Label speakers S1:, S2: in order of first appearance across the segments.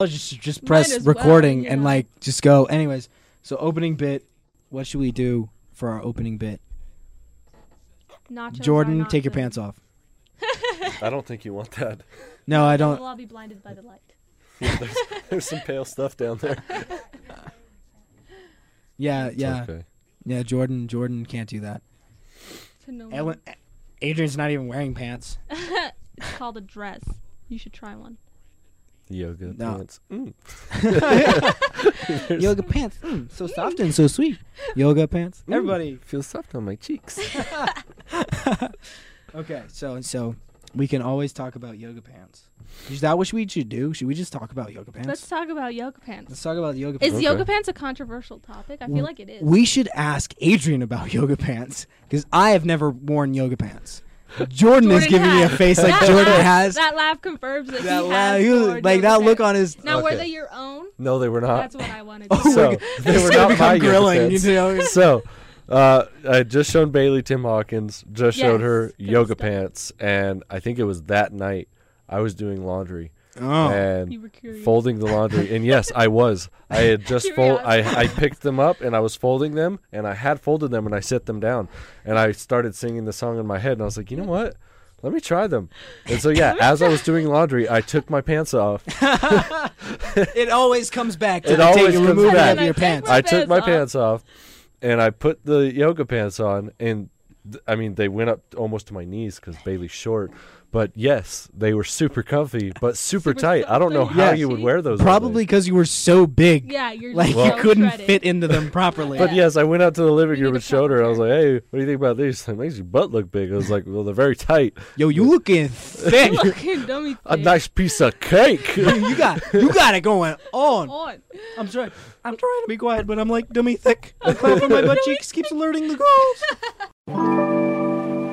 S1: I'll just just
S2: Might
S1: press
S2: as well,
S1: recording
S2: you
S1: and
S2: know.
S1: like just go. Anyways, so opening bit. What should we do for our opening bit?
S2: Nachos
S1: Jordan, take your pants off.
S3: I don't think you want that.
S1: No, I don't.
S2: We'll all be blinded by the light.
S3: Yeah, there's, there's some pale stuff down there.
S1: Yeah,
S3: It's
S1: yeah,
S3: Okay.
S1: yeah. Jordan, Jordan can't do that.
S2: To no one.
S1: Ellen, Adrian's not even wearing pants.
S2: It's called a dress. You should try one.
S3: Yoga
S1: No.
S3: pants. Mm. There's-
S1: Yoga pants, mm, so soft and so sweet. Yoga pants.
S3: mm,
S1: Everybody.
S3: feels soft on my cheeks.
S1: Okay, so so we can always talk about yoga pants. Is that what we should do? Should we just talk about yoga pants?
S2: Let's talk about yoga pants.
S1: Let's talk about yoga
S2: Is
S1: pants.
S3: Okay.
S2: yoga pants a controversial topic? I feel
S1: Well,
S2: like it is.
S1: We should ask Adrian about yoga pants because I have never worn yoga pants. Jordan, is
S2: Jordan
S1: giving me a
S2: has.
S1: face like
S2: That
S1: Jordan
S2: laugh-
S1: has.
S2: That laugh confirms that,
S1: That
S2: he
S1: laugh-
S2: has
S1: he was-
S2: worn
S1: like
S2: yoga
S1: that look
S2: pants.
S1: on his.
S2: Now, were
S3: Okay. Uh,
S2: they your own?
S3: no, they were not.
S2: That's what I wanted
S1: Oh
S2: to
S1: my
S2: know.
S3: so
S1: God.
S3: they
S1: This
S3: were
S1: could
S3: not
S1: become
S3: my
S1: grilling,
S3: yoga pants.
S1: you know?
S3: so uh, I just shown Bailey Tim Hawkins. Just showed her
S2: Yes, good
S3: yoga
S2: stuff.
S3: pants, and I think it was that night I was doing laundry
S1: oh,
S3: and
S2: You were curious.
S3: folding the laundry and yes i was i had just fold
S2: Curiosity.
S3: I, I picked them up and i was folding them and i had folded them and i set them down and i started singing the song in my head and i was like you know what let me try them and so yeah as i was doing laundry i took my pants off
S1: oh, it always comes back to
S3: It
S1: the day
S3: always
S1: you
S3: comes
S1: remove it
S3: back.
S1: out of your pants.
S2: My
S3: i took
S2: pants
S3: my
S2: off.
S3: pants off and i put the yoga pants on and th- i mean they went up almost to my knees because bailey's short but yes they were super comfy but super,
S2: Super
S3: tight i don't know
S2: soft.
S3: how
S1: Yes.
S3: you would wear those all day.
S1: Probably because you were so big,
S2: Yeah, you're
S1: like
S2: so
S1: you couldn't
S2: shredded.
S1: fit into them properly.
S3: But
S2: Yeah.
S3: yes, I went out to the living
S2: You
S3: room
S2: need
S3: and
S2: a
S3: showed her. I was
S2: proper
S3: like, "Hey, what do you think about these? It makes your butt look big." I was like, "Well, they're very tight.
S1: Yo, you looking thick?
S2: Fucking dummy.
S3: A
S2: thing.
S3: nice piece of cake."
S1: you got you got it going on.
S2: On.
S1: I'm trying. I'm trying to be quiet, but I'm like dummy thick. I clap on my butt cheeks, keeps alerting the girls.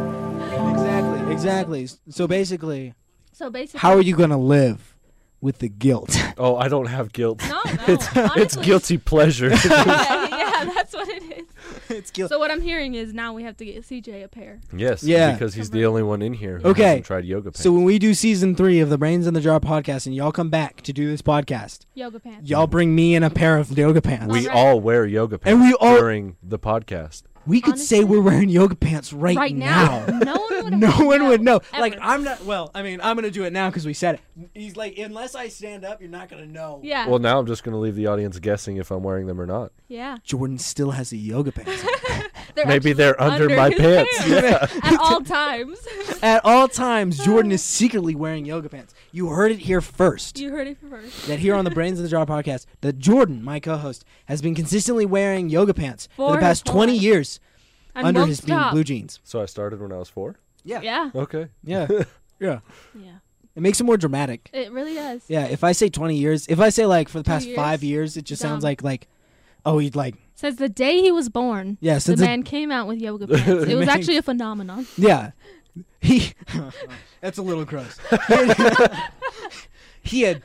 S1: exactly, exactly. So basically,
S2: So basically,
S1: how are you gonna live with the guilt?
S3: oh, I don't have guilt.
S2: No, no.
S3: it's it's
S2: honestly.
S3: guilty pleasure.
S2: yeah, yeah, that's what it is.
S1: it's guilt.
S2: So what I'm hearing is now we have to get CJ a pair.
S3: yes,
S1: Yeah.
S3: because he's the only one in here who
S1: Okay.
S3: hasn't tried yoga pants.
S1: So when we do season three of the Brains in the Jar podcast, and y'all come back to do this podcast,
S2: Yoga pants.
S1: y'all bring me in a pair of yoga pants.
S3: we
S2: Alright.
S3: all wear yoga pants
S1: we all-
S3: during the podcast.
S1: We could say
S2: Honestly-
S1: we're wearing yoga pants right,
S2: Right now, no one would.
S1: no
S2: ever
S1: one would know. Like
S2: ever.
S1: I'm not. Well, I mean, I'm gonna do it now because we said it. He's like, unless I stand up, you're not gonna know.
S2: Yeah.
S3: Well, now I'm just going to leave the audience guessing if I'm wearing them or not.
S2: yeah.
S1: Jordan still has the yoga pants
S2: They're
S3: Maybe
S2: actually
S3: they're under,
S2: under
S3: my
S2: his
S3: pants.
S2: pants.
S3: Yeah.
S2: at all times.
S1: at all times. Jordan is secretly wearing yoga pants. You heard it here first.
S2: you heard it first.
S1: that here on the Brains of the Jar podcast, that Jordan, my co-host, has been consistently wearing yoga pants for
S2: For
S1: the
S2: his
S1: past
S2: whole
S1: 20
S2: life.
S1: years
S2: And
S1: under
S2: won't
S1: his being
S2: stop.
S1: blue jeans.
S3: So I started when I was four.
S2: Yeah.
S3: Okay.
S1: Yeah, yeah.
S2: Yeah.
S1: It makes it more dramatic.
S2: It really does.
S1: Yeah, if I say 20 years, if I say like for the past
S2: years?
S1: five years, it just sounds
S2: Dumb.
S1: like like, oh, he'd like
S2: Says the day he was born,
S1: yeah,
S2: the
S1: since it-
S2: man came out with yoga pants. It was
S1: man-
S2: actually a phenomenon.
S1: yeah, he that's a little gross. he had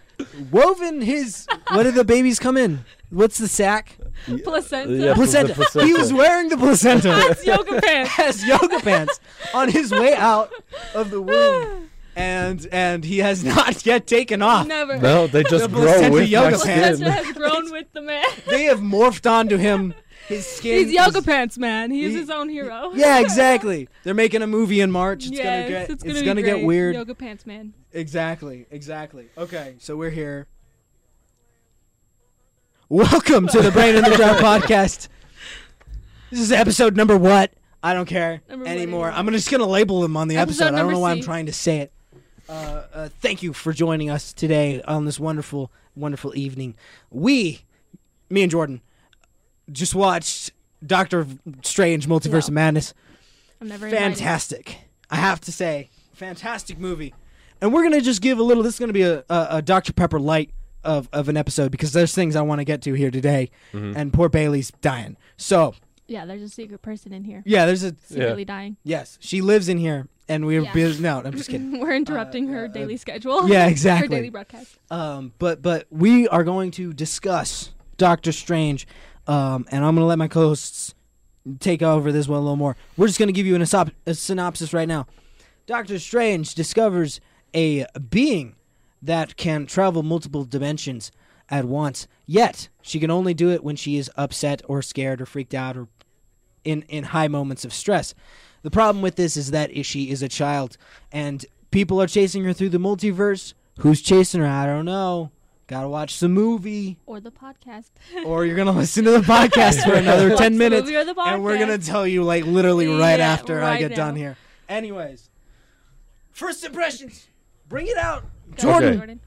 S1: woven his what did the babies come in? What's the sack?
S2: Placenta.
S3: Yeah, pl-
S1: Placenta.
S3: the placenta.
S1: He was wearing the placenta
S2: That's yoga pants.
S1: as yoga pants on his way out of the womb, and and he has not yet taken off.
S2: Never.
S3: No, they just grow
S1: placenta
S3: with my
S1: yoga pants.
S2: Placenta
S3: skin.
S2: has grown with the man.
S1: They have morphed onto him. His skin.
S2: He's
S1: is-
S2: yoga pants, man. He's
S1: He-
S2: his own hero.
S1: Yeah, exactly. They're making a movie in March. It's
S2: yes,
S1: gonna get
S2: it's
S1: it's
S2: gonna,
S1: gonna,
S2: be
S1: get
S2: great.
S1: weird.
S2: Yoga pants, man.
S1: Exactly, exactly. Okay, so we're here. Welcome to the Brain in the Jar podcast. This is episode number what? I don't care
S2: Number what
S1: anymore.
S2: anymore.
S1: I'm just gonna label them on the
S2: Episode
S1: episode. I don't
S2: number
S1: know why I'm
S2: C.
S1: trying to say it. Uh, uh, thank you for joining us today on this wonderful, wonderful evening. We, me and Jordan, just watched Doctor Strange: Multiverse of
S2: Wow.
S1: Madness
S2: I'm never invited.
S1: fantastic. I have to say, fantastic movie. And we're gonna just give a little. This is gonna be a, a, a Dr Pepper light of, of an episode because there's things I want to get to here today, and poor Bailey's dying. So
S2: Yeah, there's a secret person in here
S1: yeah, there's a
S2: secretly dying.
S1: yes, she lives in here, and we're
S2: Yeah.
S1: biz- no, I'm just kidding.
S2: We're interrupting her daily schedule.
S1: Uh, yeah,
S2: her
S1: exactly.
S2: daily broadcast.
S1: Um, but but we are going to discuss Doctor Strange, um, and I'm going to let my co-hosts take over this one a little more. We're just going to give you an asop- a synopsis right now. Doctor Strange discovers a being that can travel multiple dimensions at once. Yet she can only do it when she is upset or scared or freaked out or in in high moments of stress. The problem with this is that she is a child, and people are chasing her through the multiverse. Who's chasing her? I don't know. Gotta watch some movie,
S2: or the podcast.
S1: or you're gonna listen to the podcast for another
S2: Watch
S1: ten
S2: the
S1: minutes,
S2: movie or the
S1: and we're gonna
S2: podcast.
S1: tell you like literally right
S2: Yeah,
S1: after I
S2: right
S1: get
S2: now.
S1: done here. Anyways, first impressions, bring it out,
S2: Go on,
S1: Jordan.
S3: Okay.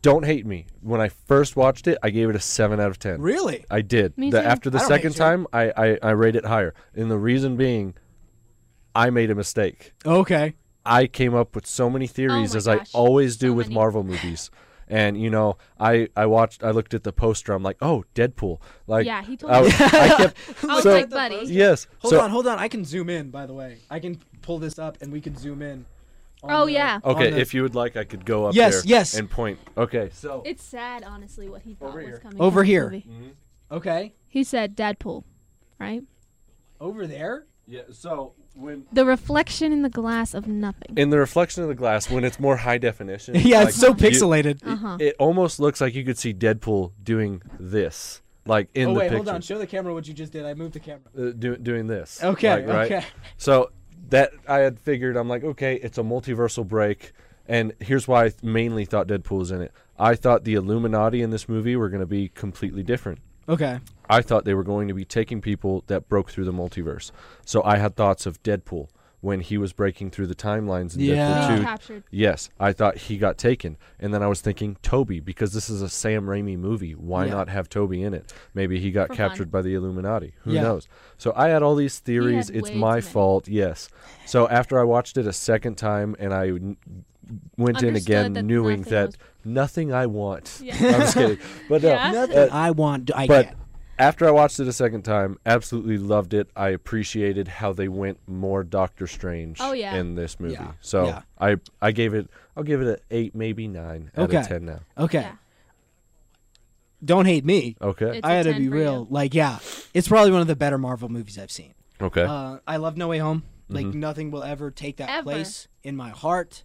S3: Don't hate me. When I first watched it, I gave it a seven out of ten.
S1: Really?
S3: I did.
S2: Me
S3: The-
S2: too.
S3: after the
S1: I don't hate
S3: second
S1: you.
S3: time, I, I I rate it higher, and the reason being, I made a mistake.
S1: Okay.
S3: I came up with so many theories
S2: Oh my
S3: as
S2: gosh.
S3: I always do
S2: So
S3: with
S2: many.
S3: Marvel movies. And you know, I I watched, I looked at the poster. I'm like, oh, Deadpool. Like,
S2: Yeah, he told
S3: I,
S2: me.
S3: I kept,
S2: I was
S3: so-
S2: like, buddy.
S3: yes.
S1: Hold
S3: so,
S1: on, hold on. I can zoom in, by the way. I can pull this up and we can zoom in. on
S2: Oh,
S1: the-
S2: yeah.
S1: on
S3: Okay,
S1: the-
S3: if you would like, I could go up
S1: Yes,
S3: there
S1: yes.
S3: and point. Okay, so
S2: It's sad, honestly, what he thought
S3: Over
S2: was
S3: here. Mm.
S2: coming.
S1: Over
S2: from this
S1: here.
S2: movie.
S1: okay.
S2: He said Deadpool, right?
S1: Over there?
S3: yeah, so when
S2: The reflection in the glass of nothing.
S3: in the reflection of the glass, when it's more high definition,
S1: Yeah, it's so
S3: like, you-
S1: pixelated.
S3: it-
S2: Uh-huh.
S3: It, almost looks like you could see Deadpool doing this, like in
S1: oh
S3: the
S1: wait,
S3: picture,
S1: hold on. Show the camera what you just did. I moved the camera.
S3: Uh, do, doing this.
S1: Okay,
S3: like, right?
S1: okay.
S3: So that I had figured, I'm like, okay, it's a multiversal break, and here's why I mainly thought Deadpool was in it. I thought the Illuminati in this movie were going to be completely different.
S1: Okay.
S3: I thought they were going to be taking people that broke through the multiverse. So I had thoughts of Deadpool when he was breaking through the timelines in
S1: Yeah.
S3: Deadpool 2.
S2: Being captured.
S3: Yes, I thought he got taken. And then I was thinking Toby because this is a Sam Raimi movie. Why
S1: Yeah.
S3: not have Toby in it? Maybe he got
S2: For fun.
S3: captured by the Illuminati. Who
S1: Yeah.
S3: knows? So I had all these theories.
S2: had
S3: It's
S2: way
S3: my
S2: too many.
S3: fault. Yes. So after I watched it a second time and I n- went in
S2: Understood
S3: again
S2: that
S3: knowing
S2: nothing
S3: that
S2: was-
S3: nothing I want.
S2: Yeah.
S3: I'm just kidding. But no,
S2: Yeah.
S1: Nothing
S3: Uh,
S1: I want I
S3: but
S1: get.
S3: after I watched it a second time, absolutely loved it. I appreciated how they went more Doctor Strange
S2: Oh, yeah.
S3: in this movie.
S1: Yeah,
S3: So
S1: yeah.
S3: I I gave it I'll give it an eight, maybe nine out
S1: Okay.
S3: of ten now.
S1: Okay.
S2: Yeah.
S1: Don't hate me.
S3: Okay.
S2: It's
S1: I
S2: a
S1: had to
S2: 10
S1: be
S2: for
S1: real.
S2: you.
S1: Like yeah. It's probably one of the better Marvel movies I've seen.
S3: okay.
S1: Uh, I love No Way Home. Like nothing will ever take that
S2: Ever.
S1: place in my heart.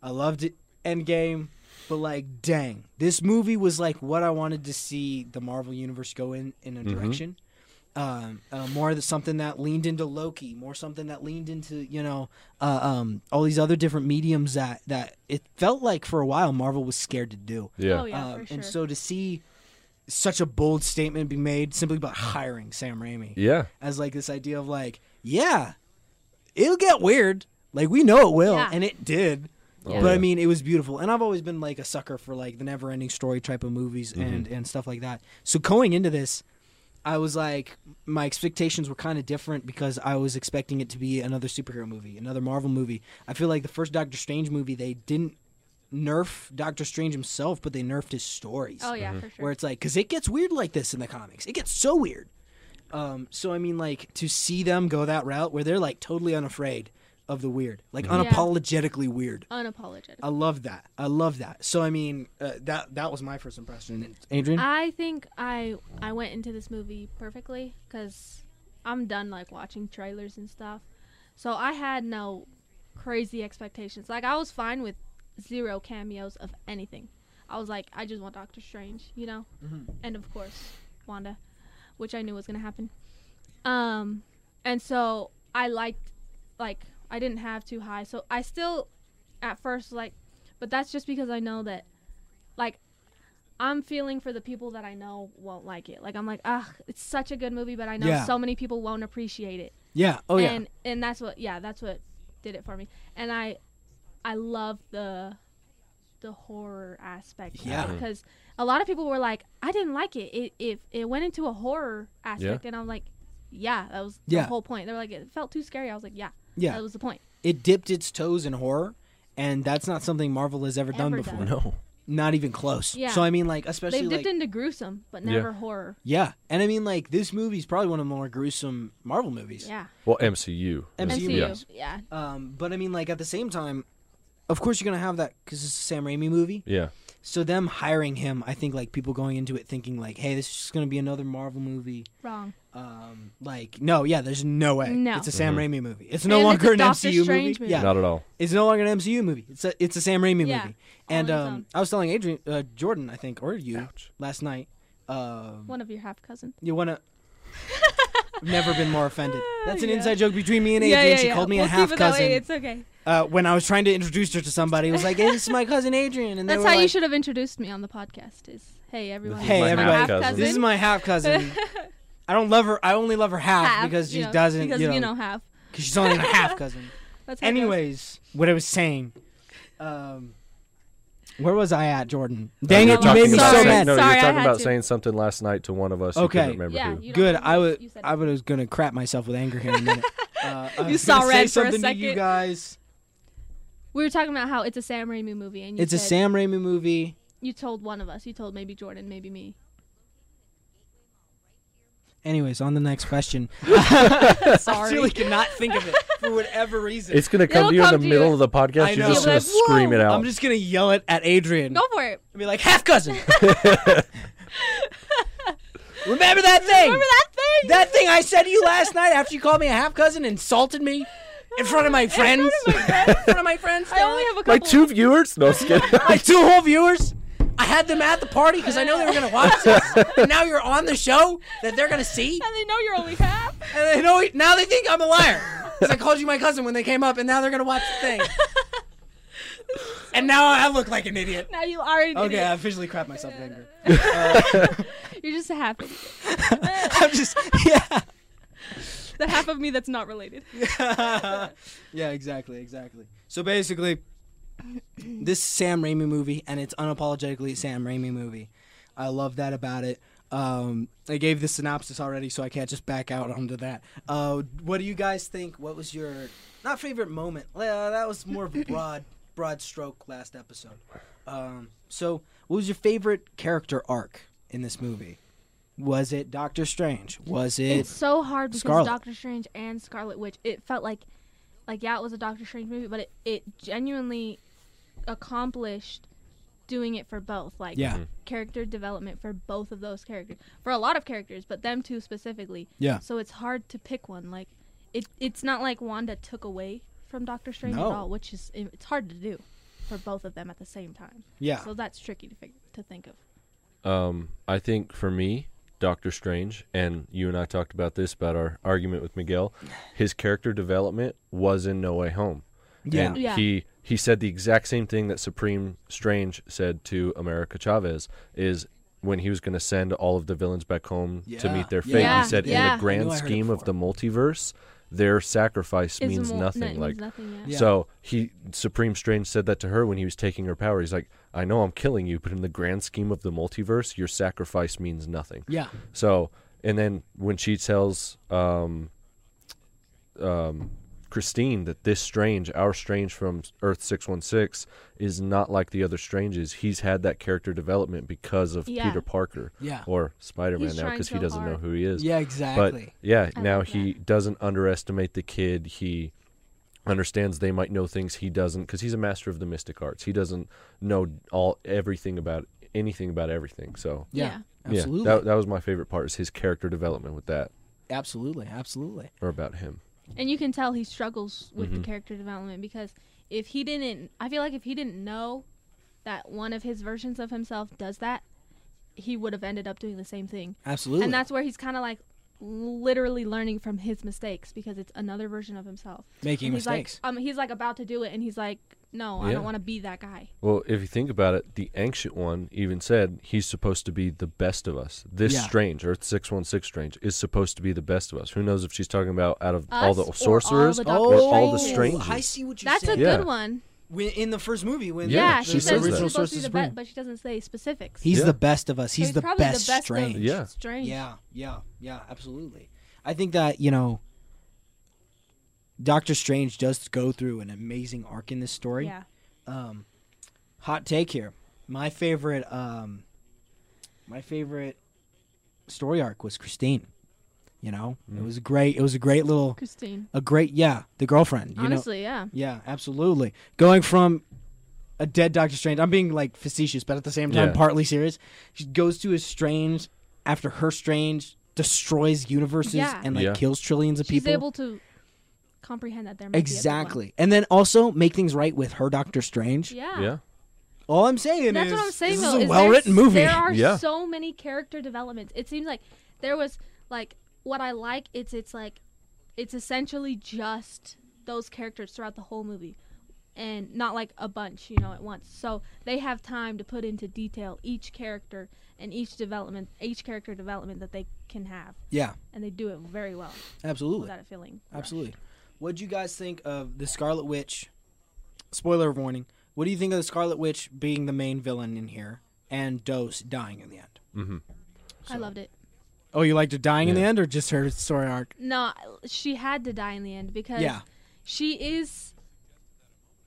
S1: I loved it, Endgame, but like, dang, this movie was like what I wanted to see the Marvel universe go in in a direction. Um, uh, more the, something that leaned into Loki, more something that leaned into you know uh, um, all these other different mediums that that it felt like for a while Marvel was scared to do.
S3: yeah.
S2: Oh yeah,
S1: Um,
S2: for sure.
S1: And so to see such a bold statement be made simply by hiring Sam Raimi
S3: yeah.
S1: as like this idea of like, yeah, it'll get weird. Like we know it will,
S2: Yeah.
S1: and it did.
S3: Oh,
S1: but I
S3: yeah.
S1: mean, it was beautiful, and I've always been like a sucker for like the never-ending story type of movies
S3: Mm-hmm.
S1: and and stuff like that. So going into this, I was like, my expectations were kind of different because I was expecting it to be another superhero movie, another Marvel movie. I feel like the first Doctor Strange movie, they didn't nerf Doctor Strange himself, but they nerfed his stories
S2: Oh
S3: Mm-hmm.
S2: yeah, for sure.
S1: where it's like because it gets weird like this in the comics it gets so weird um, so i mean like to see them go that route where they're like totally unafraid of the weird like
S2: Mm-hmm. Yeah.
S1: unapologetically weird
S2: Unapologetic.
S1: i love that i love that so i mean uh, that that was my first impression adrian
S2: I think I I went into this movie perfectly because I'm done like watching trailers and stuff, so I had no crazy expectations. Like I was fine with zero cameos of anything. I was like, I just want Doctor Strange, you know, and of course Wanda, which I knew was gonna happen. Um, and so I liked, like I didn't have too high. So I still, at first, like, but that's just because I know that, like, I'm feeling for the people that I know won't like it. Like I'm like, ah, it's such a good movie, but I know
S1: Yeah.
S2: so many people won't appreciate it.
S1: yeah oh yeah
S2: And and that's what yeah, that's what did it for me. And I I love the the horror aspect of it,
S1: Yeah.
S2: because a lot of people were like, I didn't like it. It it, it went into a horror aspect and I'm like, yeah, that was
S1: Yeah.
S2: the whole point. They were like it felt too scary. I was like, yeah.
S1: Yeah.
S2: That was the point.
S1: it dipped its toes in horror and that's not something marvel has ever, done
S2: Ever
S1: before
S2: done.
S3: No.
S1: not even close
S2: Yeah.
S1: so i mean like especially
S2: They've
S1: like
S2: dipped into gruesome, but
S3: Yeah.
S2: never horror.
S1: yeah and i mean like this movie's probably one of the more gruesome marvel movies
S2: Yeah.
S3: Well, MCU. is-
S1: MCU.
S2: MCU.
S3: Yes.
S2: Yeah.
S1: um, but i mean like at the same time of course you're gonna have that because it's a sam raimi movie
S3: Yeah.
S1: So them hiring him, I think like people going into it thinking like, hey, this is just gonna be another Marvel movie.
S2: Wrong.
S1: Um, like no, yeah, there's no way.
S2: No.
S1: it's a Sam Raimi movie. It's no
S2: And it's
S1: longer
S2: a
S1: an
S2: Doctor
S1: MCU
S2: Strange movie.
S1: Yeah,
S3: Not at all.
S1: it's no longer an MCU movie. It's a it's a Sam Raimi
S2: Yeah,
S1: movie. And
S2: on its
S1: um,
S2: own.
S1: I was telling Adrian uh, Jordan, I think, or you
S3: Ouch.
S1: last night. Um,
S2: One of your half cousins.
S1: you wanna. Never been more offended. That's an
S2: Yeah.
S1: inside joke between me and Adrian. she called me
S2: We'll
S1: a
S2: keep it
S1: half
S2: that
S1: cousin
S2: way. It's okay.
S1: uh, when I was trying to introduce her to somebody, it was like, hey, "This is my cousin Adrian," and they
S2: That's
S1: were
S2: how you
S1: like,
S2: should have introduced me on the podcast. Is hey everyone,
S3: is
S1: Hey,
S2: my
S1: everybody.
S2: half cousin.
S3: This
S1: "This is my half cousin." I don't love her. I only love her half,
S2: half,
S1: because she
S2: you know,
S1: doesn't,
S2: Because
S1: you know,
S2: half.
S1: 'cause she's only a half cousin.
S2: That's how it goes.
S1: Anyways, what I was saying, um, where was I at, Jordan? Dang
S3: you
S1: it,
S3: were
S1: you
S3: Uh, talking
S1: made me
S3: about
S1: so
S2: Sorry.
S3: saying-
S1: mad.
S3: No,
S2: Sorry,
S3: you
S2: I
S3: were talking
S2: had
S3: about
S2: to.
S3: saying something last night to one of us.
S1: Okay.
S3: Who couldn't remember
S2: Yeah,
S3: who.
S2: you don't
S1: Good.
S2: remember
S1: I
S2: who
S1: was
S2: you said
S1: I
S2: it.
S1: was gonna crap myself with anger here in a minute. Uh, I
S2: You
S1: was
S2: saw
S1: gonna
S2: red
S1: say
S2: for a
S1: something to you
S2: second.
S1: guys.
S2: We were talking about how it's a Sam Raimi movie, and you
S1: It's a
S2: said-
S1: Sam Raimi movie.
S2: You told one of us. You told maybe Jordan, maybe me.
S1: Anyways, on the next question. I
S2: Sorry.
S1: really cannot think of it for whatever reason.
S3: It's gonna come
S2: It'll
S3: to you in
S2: come
S3: the
S2: to
S3: middle
S2: you.
S3: of the
S1: I
S3: podcast. You're
S1: know.
S3: just gonna
S2: You'll be like,
S3: scream it
S2: "Whoa."
S1: I'm
S3: out.
S1: just gonna yell it at Adrian
S2: Go for it.
S1: and be like, "Half cousin." Remember that thing?
S2: Remember that thing?
S1: that thing I said to you last night after you called me a half cousin, and insulted me in front of my friends, in front of my friends,
S2: I only have a
S3: My
S2: couple.
S3: two viewers? No, just kidding.
S1: my two whole viewers. I had them at the party because I know they were gonna watch this, and now you're on the show that they're gonna see,
S2: and they know you're only half.
S1: and they know now they think I'm a liar because I called you my cousin when they came up, and now they're gonna watch the thing, and now I look like an idiot.
S2: now you are an
S1: Okay, I
S2: idiot.
S1: officially crap myself with anger.
S2: You're just a half. idiot.
S1: I'm just yeah.
S2: The half of me that's not related.
S1: yeah, exactly, exactly. So basically, this Sam Raimi movie, and it's unapologetically a Sam Raimi movie. I love that about it. Um, I gave the synopsis already, so I can't just back out onto that. Uh, what do you guys think? What was your not favorite moment? Well, that was more of a broad, broad stroke last episode. Um, so, what was your favorite character arc in this movie? Was it Doctor Strange? Was it
S2: It's so hard because
S1: Scarlet.
S2: Doctor Strange and Scarlet Witch. It felt like, like yeah, it was a Doctor Strange movie, but it, it genuinely accomplished doing it for both. Like
S1: yeah,
S2: character development for both of those characters, for a lot of characters, but them two specifically.
S1: yeah?
S2: So it's hard to pick one. Like it, it's not like Wanda took away from Doctor Strange
S1: No.
S2: at all, which is it's hard to do for both of them at the same time.
S1: Yeah.
S2: So that's tricky to figure to think of.
S3: Um, I think for me, Doctor Strange, and you and I talked about this about our argument with Miguel. His character development was in No Way Home.
S1: Yeah.
S3: And
S2: Yeah.
S3: he he said the exact same thing that Supreme Strange said to America Chavez is when he was going to send all of the villains back home to
S1: Yeah.
S3: meet their fate.
S2: Yeah,
S3: He said in
S2: yeah.
S3: the
S1: I knew
S3: grand
S1: I heard it
S3: scheme of the
S1: before.
S3: multiverse, their sacrifice
S2: It's
S3: means
S2: mo-
S3: nothing.
S2: no, it means
S3: like
S2: nothing, yeah.
S1: Yeah.
S3: so he Supreme Strange said that to her when he was taking her power. He's like, I know I'm killing you, but in the grand scheme of the multiverse, your sacrifice means nothing.
S1: yeah.
S3: So and then when she tells um um Christine that this strange, our strange from Earth six one six, is not like the other stranges. He's had that character development because of
S2: Yeah.
S3: Peter Parker.
S1: Yeah.
S3: Or Spider Man
S2: He's
S3: now
S2: trying
S3: because he
S2: so
S3: doesn't know
S2: hard.
S3: who he is.
S1: Yeah,
S3: But
S1: exactly.
S3: yeah,
S2: I
S3: now
S2: love
S3: he doesn't underestimate the kid. He understands they might know things he doesn't because he's a master of the mystic arts. He doesn't know all everything about anything about everything. So
S1: yeah,
S3: yeah,
S1: absolutely,
S3: that, that was my favorite part is his character development with that
S1: absolutely, absolutely.
S3: or about him.
S2: And you can tell he struggles with
S3: Mm-hmm.
S2: the character development because if he didn't, I feel like if he didn't know that one of his versions of himself does that, he would have ended up doing the same thing.
S1: Absolutely.
S2: And that's where he's kind of like literally learning from his mistakes because it's another version of himself.
S1: making
S2: And he's
S1: mistakes.
S2: like, um, he's like about to do it, and he's like, no, I
S3: Yeah.
S2: don't want to be that guy.
S3: Well, if you think about it, the ancient one even said he's supposed to be the best of us. This
S1: Yeah.
S3: strange, Earth six one six strange, is supposed to be the best of us. Who knows if she's talking about out of
S2: Us
S3: all
S2: or
S3: the
S2: all
S3: sorcerers
S2: the
S3: or Oh, all the
S2: Doctor Stranges.
S3: strangers?
S1: I see what you're
S2: That's a
S1: saying.
S3: Yeah.
S2: good one.
S1: When- in the first movie, when
S3: Yeah,
S2: Yeah,
S1: the,
S3: she
S2: she
S1: the
S2: says
S3: that.
S2: he's
S1: original
S2: supposed to be
S1: sources
S2: the
S1: bring.
S2: best, but she doesn't say specifics.
S1: He's
S3: Yeah.
S1: the best of us.
S2: So
S1: He's, the,
S2: probably
S1: best
S2: the best
S1: strange.
S2: Of
S3: Yeah.
S2: strange.
S1: yeah, yeah, yeah, absolutely. I think that you know, Doctor Strange does go through an amazing arc in this story.
S2: Yeah.
S1: Um, hot take here. My favorite, um, my favorite story arc was Christine. You know, it
S3: Mm.
S1: was great. It was a great little,
S2: Christine.
S1: a great yeah, the girlfriend. You know,
S2: Honestly, yeah.
S1: Yeah, absolutely. Going from a dead Doctor Strange. I'm being like facetious, but at the same time,
S3: Yeah.
S1: partly serious. She goes to his Strange after her Strange destroys universes
S2: Yeah.
S1: and like
S3: Yeah.
S1: kills trillions of
S2: She's
S1: people.
S2: able to comprehend that there might
S1: exactly, and then also make things right with her Doctor Strange.
S2: Be a good one. yeah.
S3: Yeah.
S1: All I'm saying
S2: That's
S1: is
S2: what I'm
S1: this
S2: saying. though,
S1: is a
S2: is
S1: well-written
S2: there's-
S1: movie.
S2: There are
S3: Yeah.
S2: so many character developments. It seems like there was like what I like. It's it's like it's essentially just those characters throughout the whole movie, and not like a bunch, you know, at once. So they have time to put into detail each character and each development, each character development that they can have,
S1: yeah,
S2: and they do it very well
S1: absolutely,
S2: without it feeling rushed.
S1: absolutely. What do you guys think of the Scarlet Witch? Spoiler warning. What do you think of the Scarlet Witch being the main villain in here and Dose dying in the end?
S3: Mm-hmm.
S2: I loved it.
S1: Oh, you liked her dying in the
S3: Yeah.
S1: end, or just her story arc?
S2: No, she had to die in the end because
S1: Yeah.
S2: she is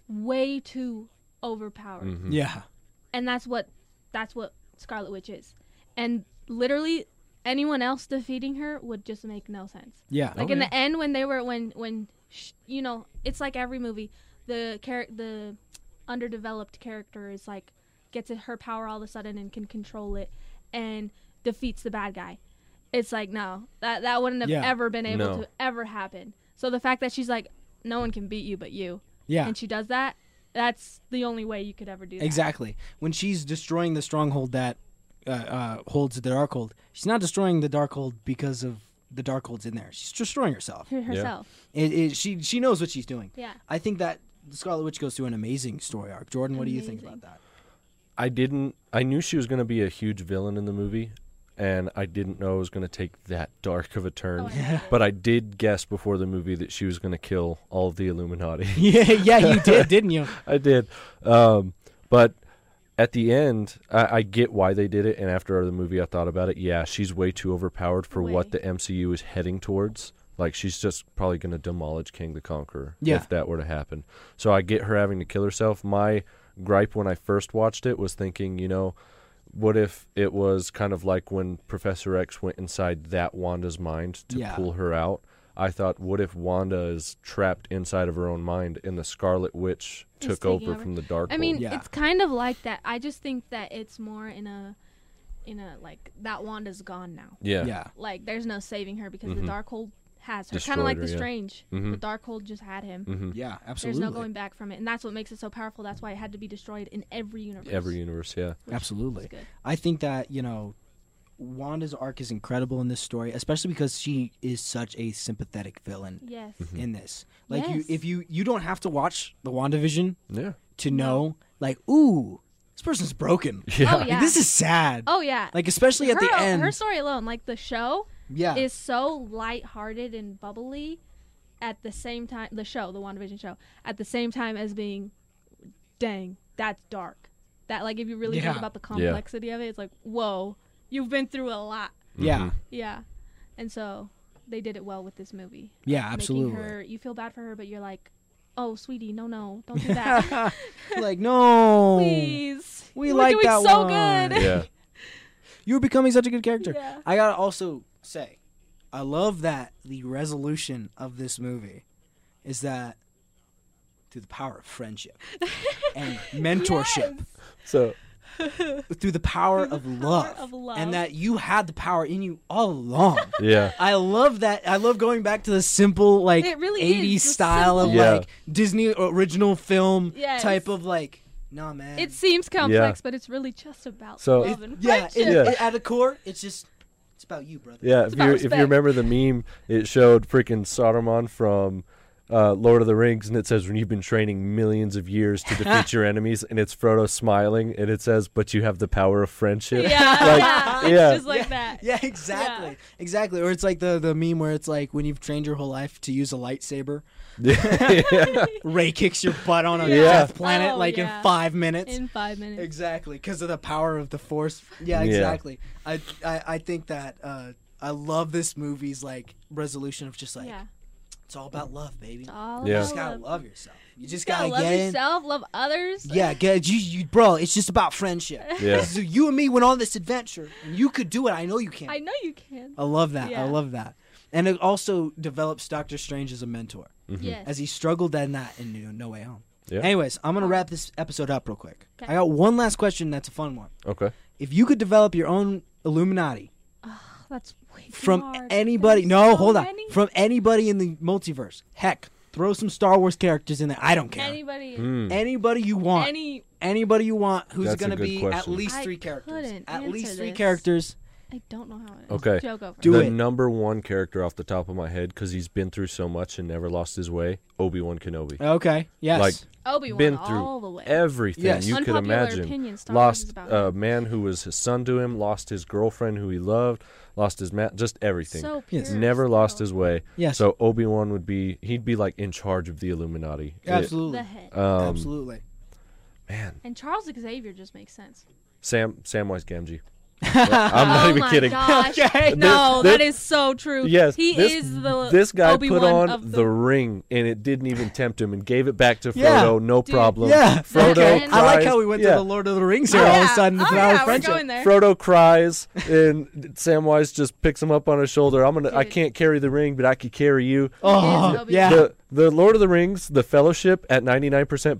S2: way too overpowered.
S3: Mm. Mm-hmm. Hmm.
S1: Yeah,
S2: And that's what that's what Scarlet Witch is. And literally anyone else defeating her would just make no sense.
S1: yeah.
S2: Like
S3: Oh,
S2: in
S3: yeah.
S2: the end when they were when when sh- you know, it's like every movie, the char- the underdeveloped character is like gets her power all of a sudden and can control it and defeats the bad guy. It's like no, that that wouldn't have
S1: Yeah.
S2: ever been able
S3: No.
S2: to ever happen. So the fact that she's like no one can beat you but you
S1: yeah,
S2: and she does that, that's the only way you could ever do that.
S1: exactly. When she's destroying the stronghold that uh, uh, holds the Darkhold, she's not destroying the Darkhold because of the Darkhold's in there. She's destroying herself.
S2: Her- herself.
S1: It, it, she she knows what she's doing.
S2: Yeah.
S1: I think that Scarlet Witch goes through an amazing story arc. Jordan, what do you think about
S2: Amazing.
S1: that?
S3: I didn't. I knew she was going to be a huge villain in the movie, and I didn't know it was going to take that dark of a turn.
S2: Oh, I Yeah. know.
S3: But I did guess before the movie that she was going to kill all of the Illuminati.
S1: yeah, yeah, you did, didn't you?
S3: I did. Um, but at the end, I, I get why they did it. And after the movie, I thought about it. Yeah, she's way too overpowered for
S2: Way.
S3: what the MCU is heading towards. Like she's just probably going to demolish King the Conqueror
S1: Yeah.
S3: if that were to happen. So I get her having to kill herself. My gripe when I first watched it was thinking, you know, what if it was kind of like when Professor X went inside that Wanda's mind to
S1: Yeah.
S3: pull her out? I thought, what if Wanda is trapped inside of her own mind and the Scarlet Witch
S2: Is
S3: took
S2: taking
S3: over,
S2: over.
S3: from the dark
S2: I mean,
S1: Yeah.
S2: it's kind of like that. I just think that it's more in a in a like that Wanda's gone now.
S3: yeah
S1: Yeah,
S2: Like there's no saving her because
S1: Mm-hmm.
S2: the Darkhold has her. Kind
S3: Destroyed
S2: of like
S3: her,
S2: the
S3: yeah.
S2: Strange. The Darkhold just had him.
S3: Mm-hmm.
S1: yeah,
S2: There's
S1: Mm-hmm. absolutely.
S2: no going back from it, and that's what makes it so powerful. That's why it had to be destroyed in every universe.
S3: every universe yeah
S1: Absolutely.
S2: is good.
S1: I think that, you know, Wanda's arc is incredible in this story, especially because she is such a sympathetic villain
S2: Yes.
S3: Mm-hmm.
S1: in this. Like you
S2: Yes.
S1: if you you don't have to watch the WandaVision
S3: yeah
S1: to know like, ooh, this person's broken.
S3: yeah
S2: Oh yeah.
S1: Like this is sad.
S2: oh yeah.
S1: Like especially at
S2: her,
S1: the end.
S2: her story alone, like the show,
S1: yeah.
S2: is so lighthearted and bubbly at the same time the show, the WandaVision show, at the same time as being dang, that's dark. That like if you really think
S1: Yeah.
S2: about the complexity of it, it's like, whoa, you've been through a lot.
S1: yeah.
S3: Mhm.
S2: Yeah. And so they did it well with this movie.
S1: Yeah, absolutely.
S2: Making her you feel bad for her, but you're like, Oh, sweetie, no no, don't do that.
S1: like, no.
S2: Please.
S1: We
S2: You
S1: like
S2: were doing
S1: that
S2: so
S1: one.
S2: good.
S3: yeah
S1: You're becoming such a good character.
S2: Yeah.
S1: I gotta also say, I love that the resolution of this movie is that through the power of friendship and mentorship,
S3: so
S1: through the power,
S2: Through the
S1: of,
S2: power
S1: love,
S2: of love.
S1: and that you had the power in you all along.
S3: yeah
S1: I love that. I love going back to the simple, like
S2: It really is,
S1: 80s
S2: the
S1: style of
S3: simple. Yeah.
S1: like Disney original film
S2: Yes.
S1: type of like, nah, man.
S2: It seems complex, but it's really just about
S3: So-
S2: love and
S1: yeah, it-
S2: friendship.
S3: Yeah.
S1: it- at the core, it's just it's about you, brother.
S3: yeah if
S2: about
S3: you if
S2: respect.
S3: you remember the meme it showed freaking Saruman from uh, Lord of the Rings, and it says when you've been training millions of years to defeat your enemies, and it's Frodo smiling, and it says, "But you have the power of friendship."
S2: Yeah,
S3: Like,
S2: yeah. It's
S3: yeah.
S2: just like that.
S1: Yeah, exactly. Exactly. Or it's like the the meme where it's like when you've trained your whole life to use a lightsaber,
S3: yeah.
S1: Ray kicks your butt on a
S2: Yeah.
S1: death planet
S2: Oh,
S1: like
S2: yeah.
S1: in 5 minutes.
S2: In five minutes.
S1: exactly, because of the power of the force. Yeah,
S3: Yeah.
S1: exactly. I, I I think that uh I love this movie's like resolution of just like
S2: yeah.
S1: it's all about love, baby.
S2: It's
S1: You
S2: all
S3: Yeah.
S2: about
S1: just got to
S2: love.
S1: love yourself. You just,
S2: You gotta
S1: got to
S2: love
S1: get in.
S2: yourself, love others.
S1: Yeah, get, you, you, bro, it's just about friendship.
S3: Yeah.
S1: This is- you and me went on this adventure, and you could do it. I know you can.
S2: I know you can.
S1: I love that.
S2: Yeah.
S1: I love that. And it also develops Doctor Strange as a mentor
S2: Yes.
S1: as he struggled in that in No- No Way Home.
S3: Yeah.
S1: Anyways, I'm gonna wrap this episode up real quick.
S2: 'Kay.
S1: I got one last question that's a fun one.
S3: Okay.
S1: If you could develop your own Illuminati
S2: Oh, That's way too
S1: from
S2: hard.
S1: anybody,
S2: There's
S1: no,
S2: so
S1: hold on,
S2: many.
S1: from anybody in the multiverse, heck, throw some Star Wars characters in there. I don't care.
S2: anybody,
S3: Mm.
S1: anybody you want,
S2: any,
S1: anybody you want, who's
S3: That's a
S1: gonna
S3: good
S1: be at
S3: question.
S1: least
S2: I
S1: three characters.
S2: couldn't
S1: At least
S2: answer
S1: three
S2: this.
S1: characters.
S2: I don't know how it is.
S3: Okay.
S2: Joe, go for
S1: Do
S2: it.
S3: the
S1: it.
S3: number one character off the top of my head because he's been through so much and never lost his way. Obi Wan Kenobi.
S1: Okay. Yes.
S3: Like
S2: Obi Wan
S3: been through
S2: all the way.
S3: everything
S1: Yes.
S3: you could
S2: Unpopular
S3: imagine.
S2: opinion, Star Wars is
S3: lost
S2: about
S3: a man who was his son to him. Lost his girlfriend who he loved. Lost his ma- just everything.
S2: So
S1: Yes.
S2: pure,
S3: never lost
S2: so-
S3: his way.
S1: Yes.
S3: So Obi Wan would be he'd be like in charge of the Illuminati. It-
S1: absolutely.
S2: the head.
S3: um,
S1: absolutely.
S3: Man,
S2: and Charles Xavier just makes sense.
S3: Sam Samwise Gamgee. I'm not
S2: oh
S3: even
S2: my
S3: kidding.
S2: Gosh.
S1: Okay.
S2: No,
S3: This-
S2: that is so true.
S3: Yes,
S2: he
S3: this,
S2: is the
S3: this guy
S2: Obi-Wan
S3: put on
S2: of
S3: the, ring and it didn't even tempt him and gave it back to Frodo.
S1: Yeah.
S3: no
S2: Dude.
S3: problem.
S1: Yeah.
S3: Frodo.
S2: Okay.
S3: Cries.
S1: I like how we went
S3: yeah.
S1: to the Lord of the Rings
S2: Oh,
S1: here all of
S2: yeah.
S1: a sudden. with
S2: Oh,
S1: our
S2: yeah, we're
S1: friendship.
S2: going there.
S3: Frodo cries and Samwise just picks him up on his shoulder. I'm gonna. I
S2: Dude.
S3: can't carry the ring, but I could carry you.
S1: Oh,
S2: Obi-Wan.
S1: yeah.
S3: The the Lord of the Rings, the Fellowship at 99%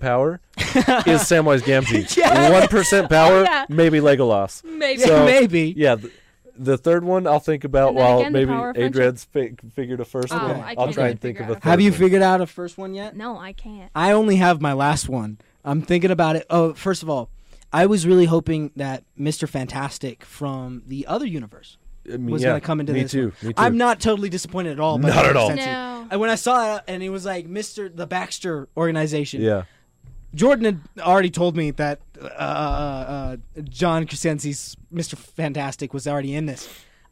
S3: power is Samwise Gamgee.
S1: Yes.
S3: 1% power,
S2: Oh, yeah.
S3: maybe Legolas.
S2: Maybe.
S3: So-
S1: Maybe.
S3: Yeah, th- the third one I'll think about
S2: And then
S3: while
S2: again, the
S3: maybe
S2: power of
S3: Adred's fi- figured a first
S2: Oh,
S3: one.
S2: I
S3: I'll
S2: can't
S3: try
S2: even
S3: and think
S2: figure
S3: of a
S2: out
S3: third
S2: a
S1: Have you
S3: one.
S1: figured out a first one yet?
S2: no, I can't.
S1: I only have my last one. I'm thinking about it. Oh, first of all, I was really hoping that Mr. Fantastic from the other universe
S3: I mean,
S1: was
S3: yeah,
S1: going to come into
S3: me
S1: this.
S3: Too,
S1: one.
S3: me too.
S1: I'm not totally disappointed at all. by
S3: Not at all.
S1: Mr. Fantastic.
S2: No.
S1: And when I saw that, and it was like Mr. the Baxter organization.
S3: Yeah.
S1: Jordan had already told me that uh, uh, uh, John Krasinski's Mr. Fantastic was already in this.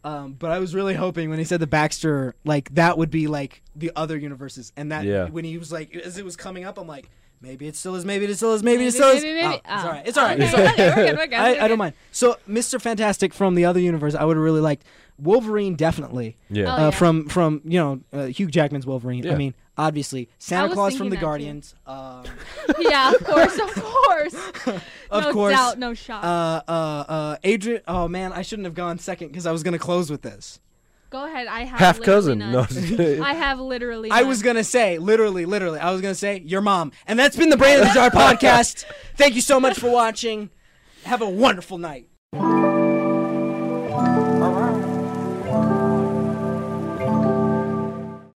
S1: Um, but I was really hoping when he said the Baxter, like that would be like the other universes, and that
S3: Yeah.
S1: when he was like, as it was coming up, I'm like, maybe it still is, maybe it still is, maybe, it
S2: Maybe,
S1: still is.
S2: maybe, maybe.
S1: Oh, it's
S2: Oh.
S1: all right. It's all right. It's all
S2: Okay,
S1: right.
S2: okay, we're good, we're good,
S1: I,
S2: we're
S1: I don't
S2: good.
S1: mind. So Mr. Fantastic from the other universe, I would have really liked Wolverine, definitely.
S3: Yeah.
S2: Oh,
S1: uh,
S2: yeah.
S1: From from you know uh, Hugh Jackman's Wolverine. I
S3: Yeah.
S1: mean, obviously Santa
S2: was
S1: Claus from
S2: thinking
S1: the
S2: that, too.
S1: Guardians. Um,
S2: yeah, of course, of course.
S1: Of
S2: no
S1: course.
S2: doubt, no shock.
S1: uh, uh, uh, Adrian. Oh man, I shouldn't have gone second because I was gonna close with this.
S2: Go ahead. I have
S3: Half
S2: literally
S3: cousin.
S2: none.
S3: No, I'm just kidding.
S2: I have literally.
S1: I
S2: none.
S1: was gonna say, literally, literally, I was gonna say your mom, and that's been the Brand of the Jar podcast. Thank you so much for watching. Have a wonderful night.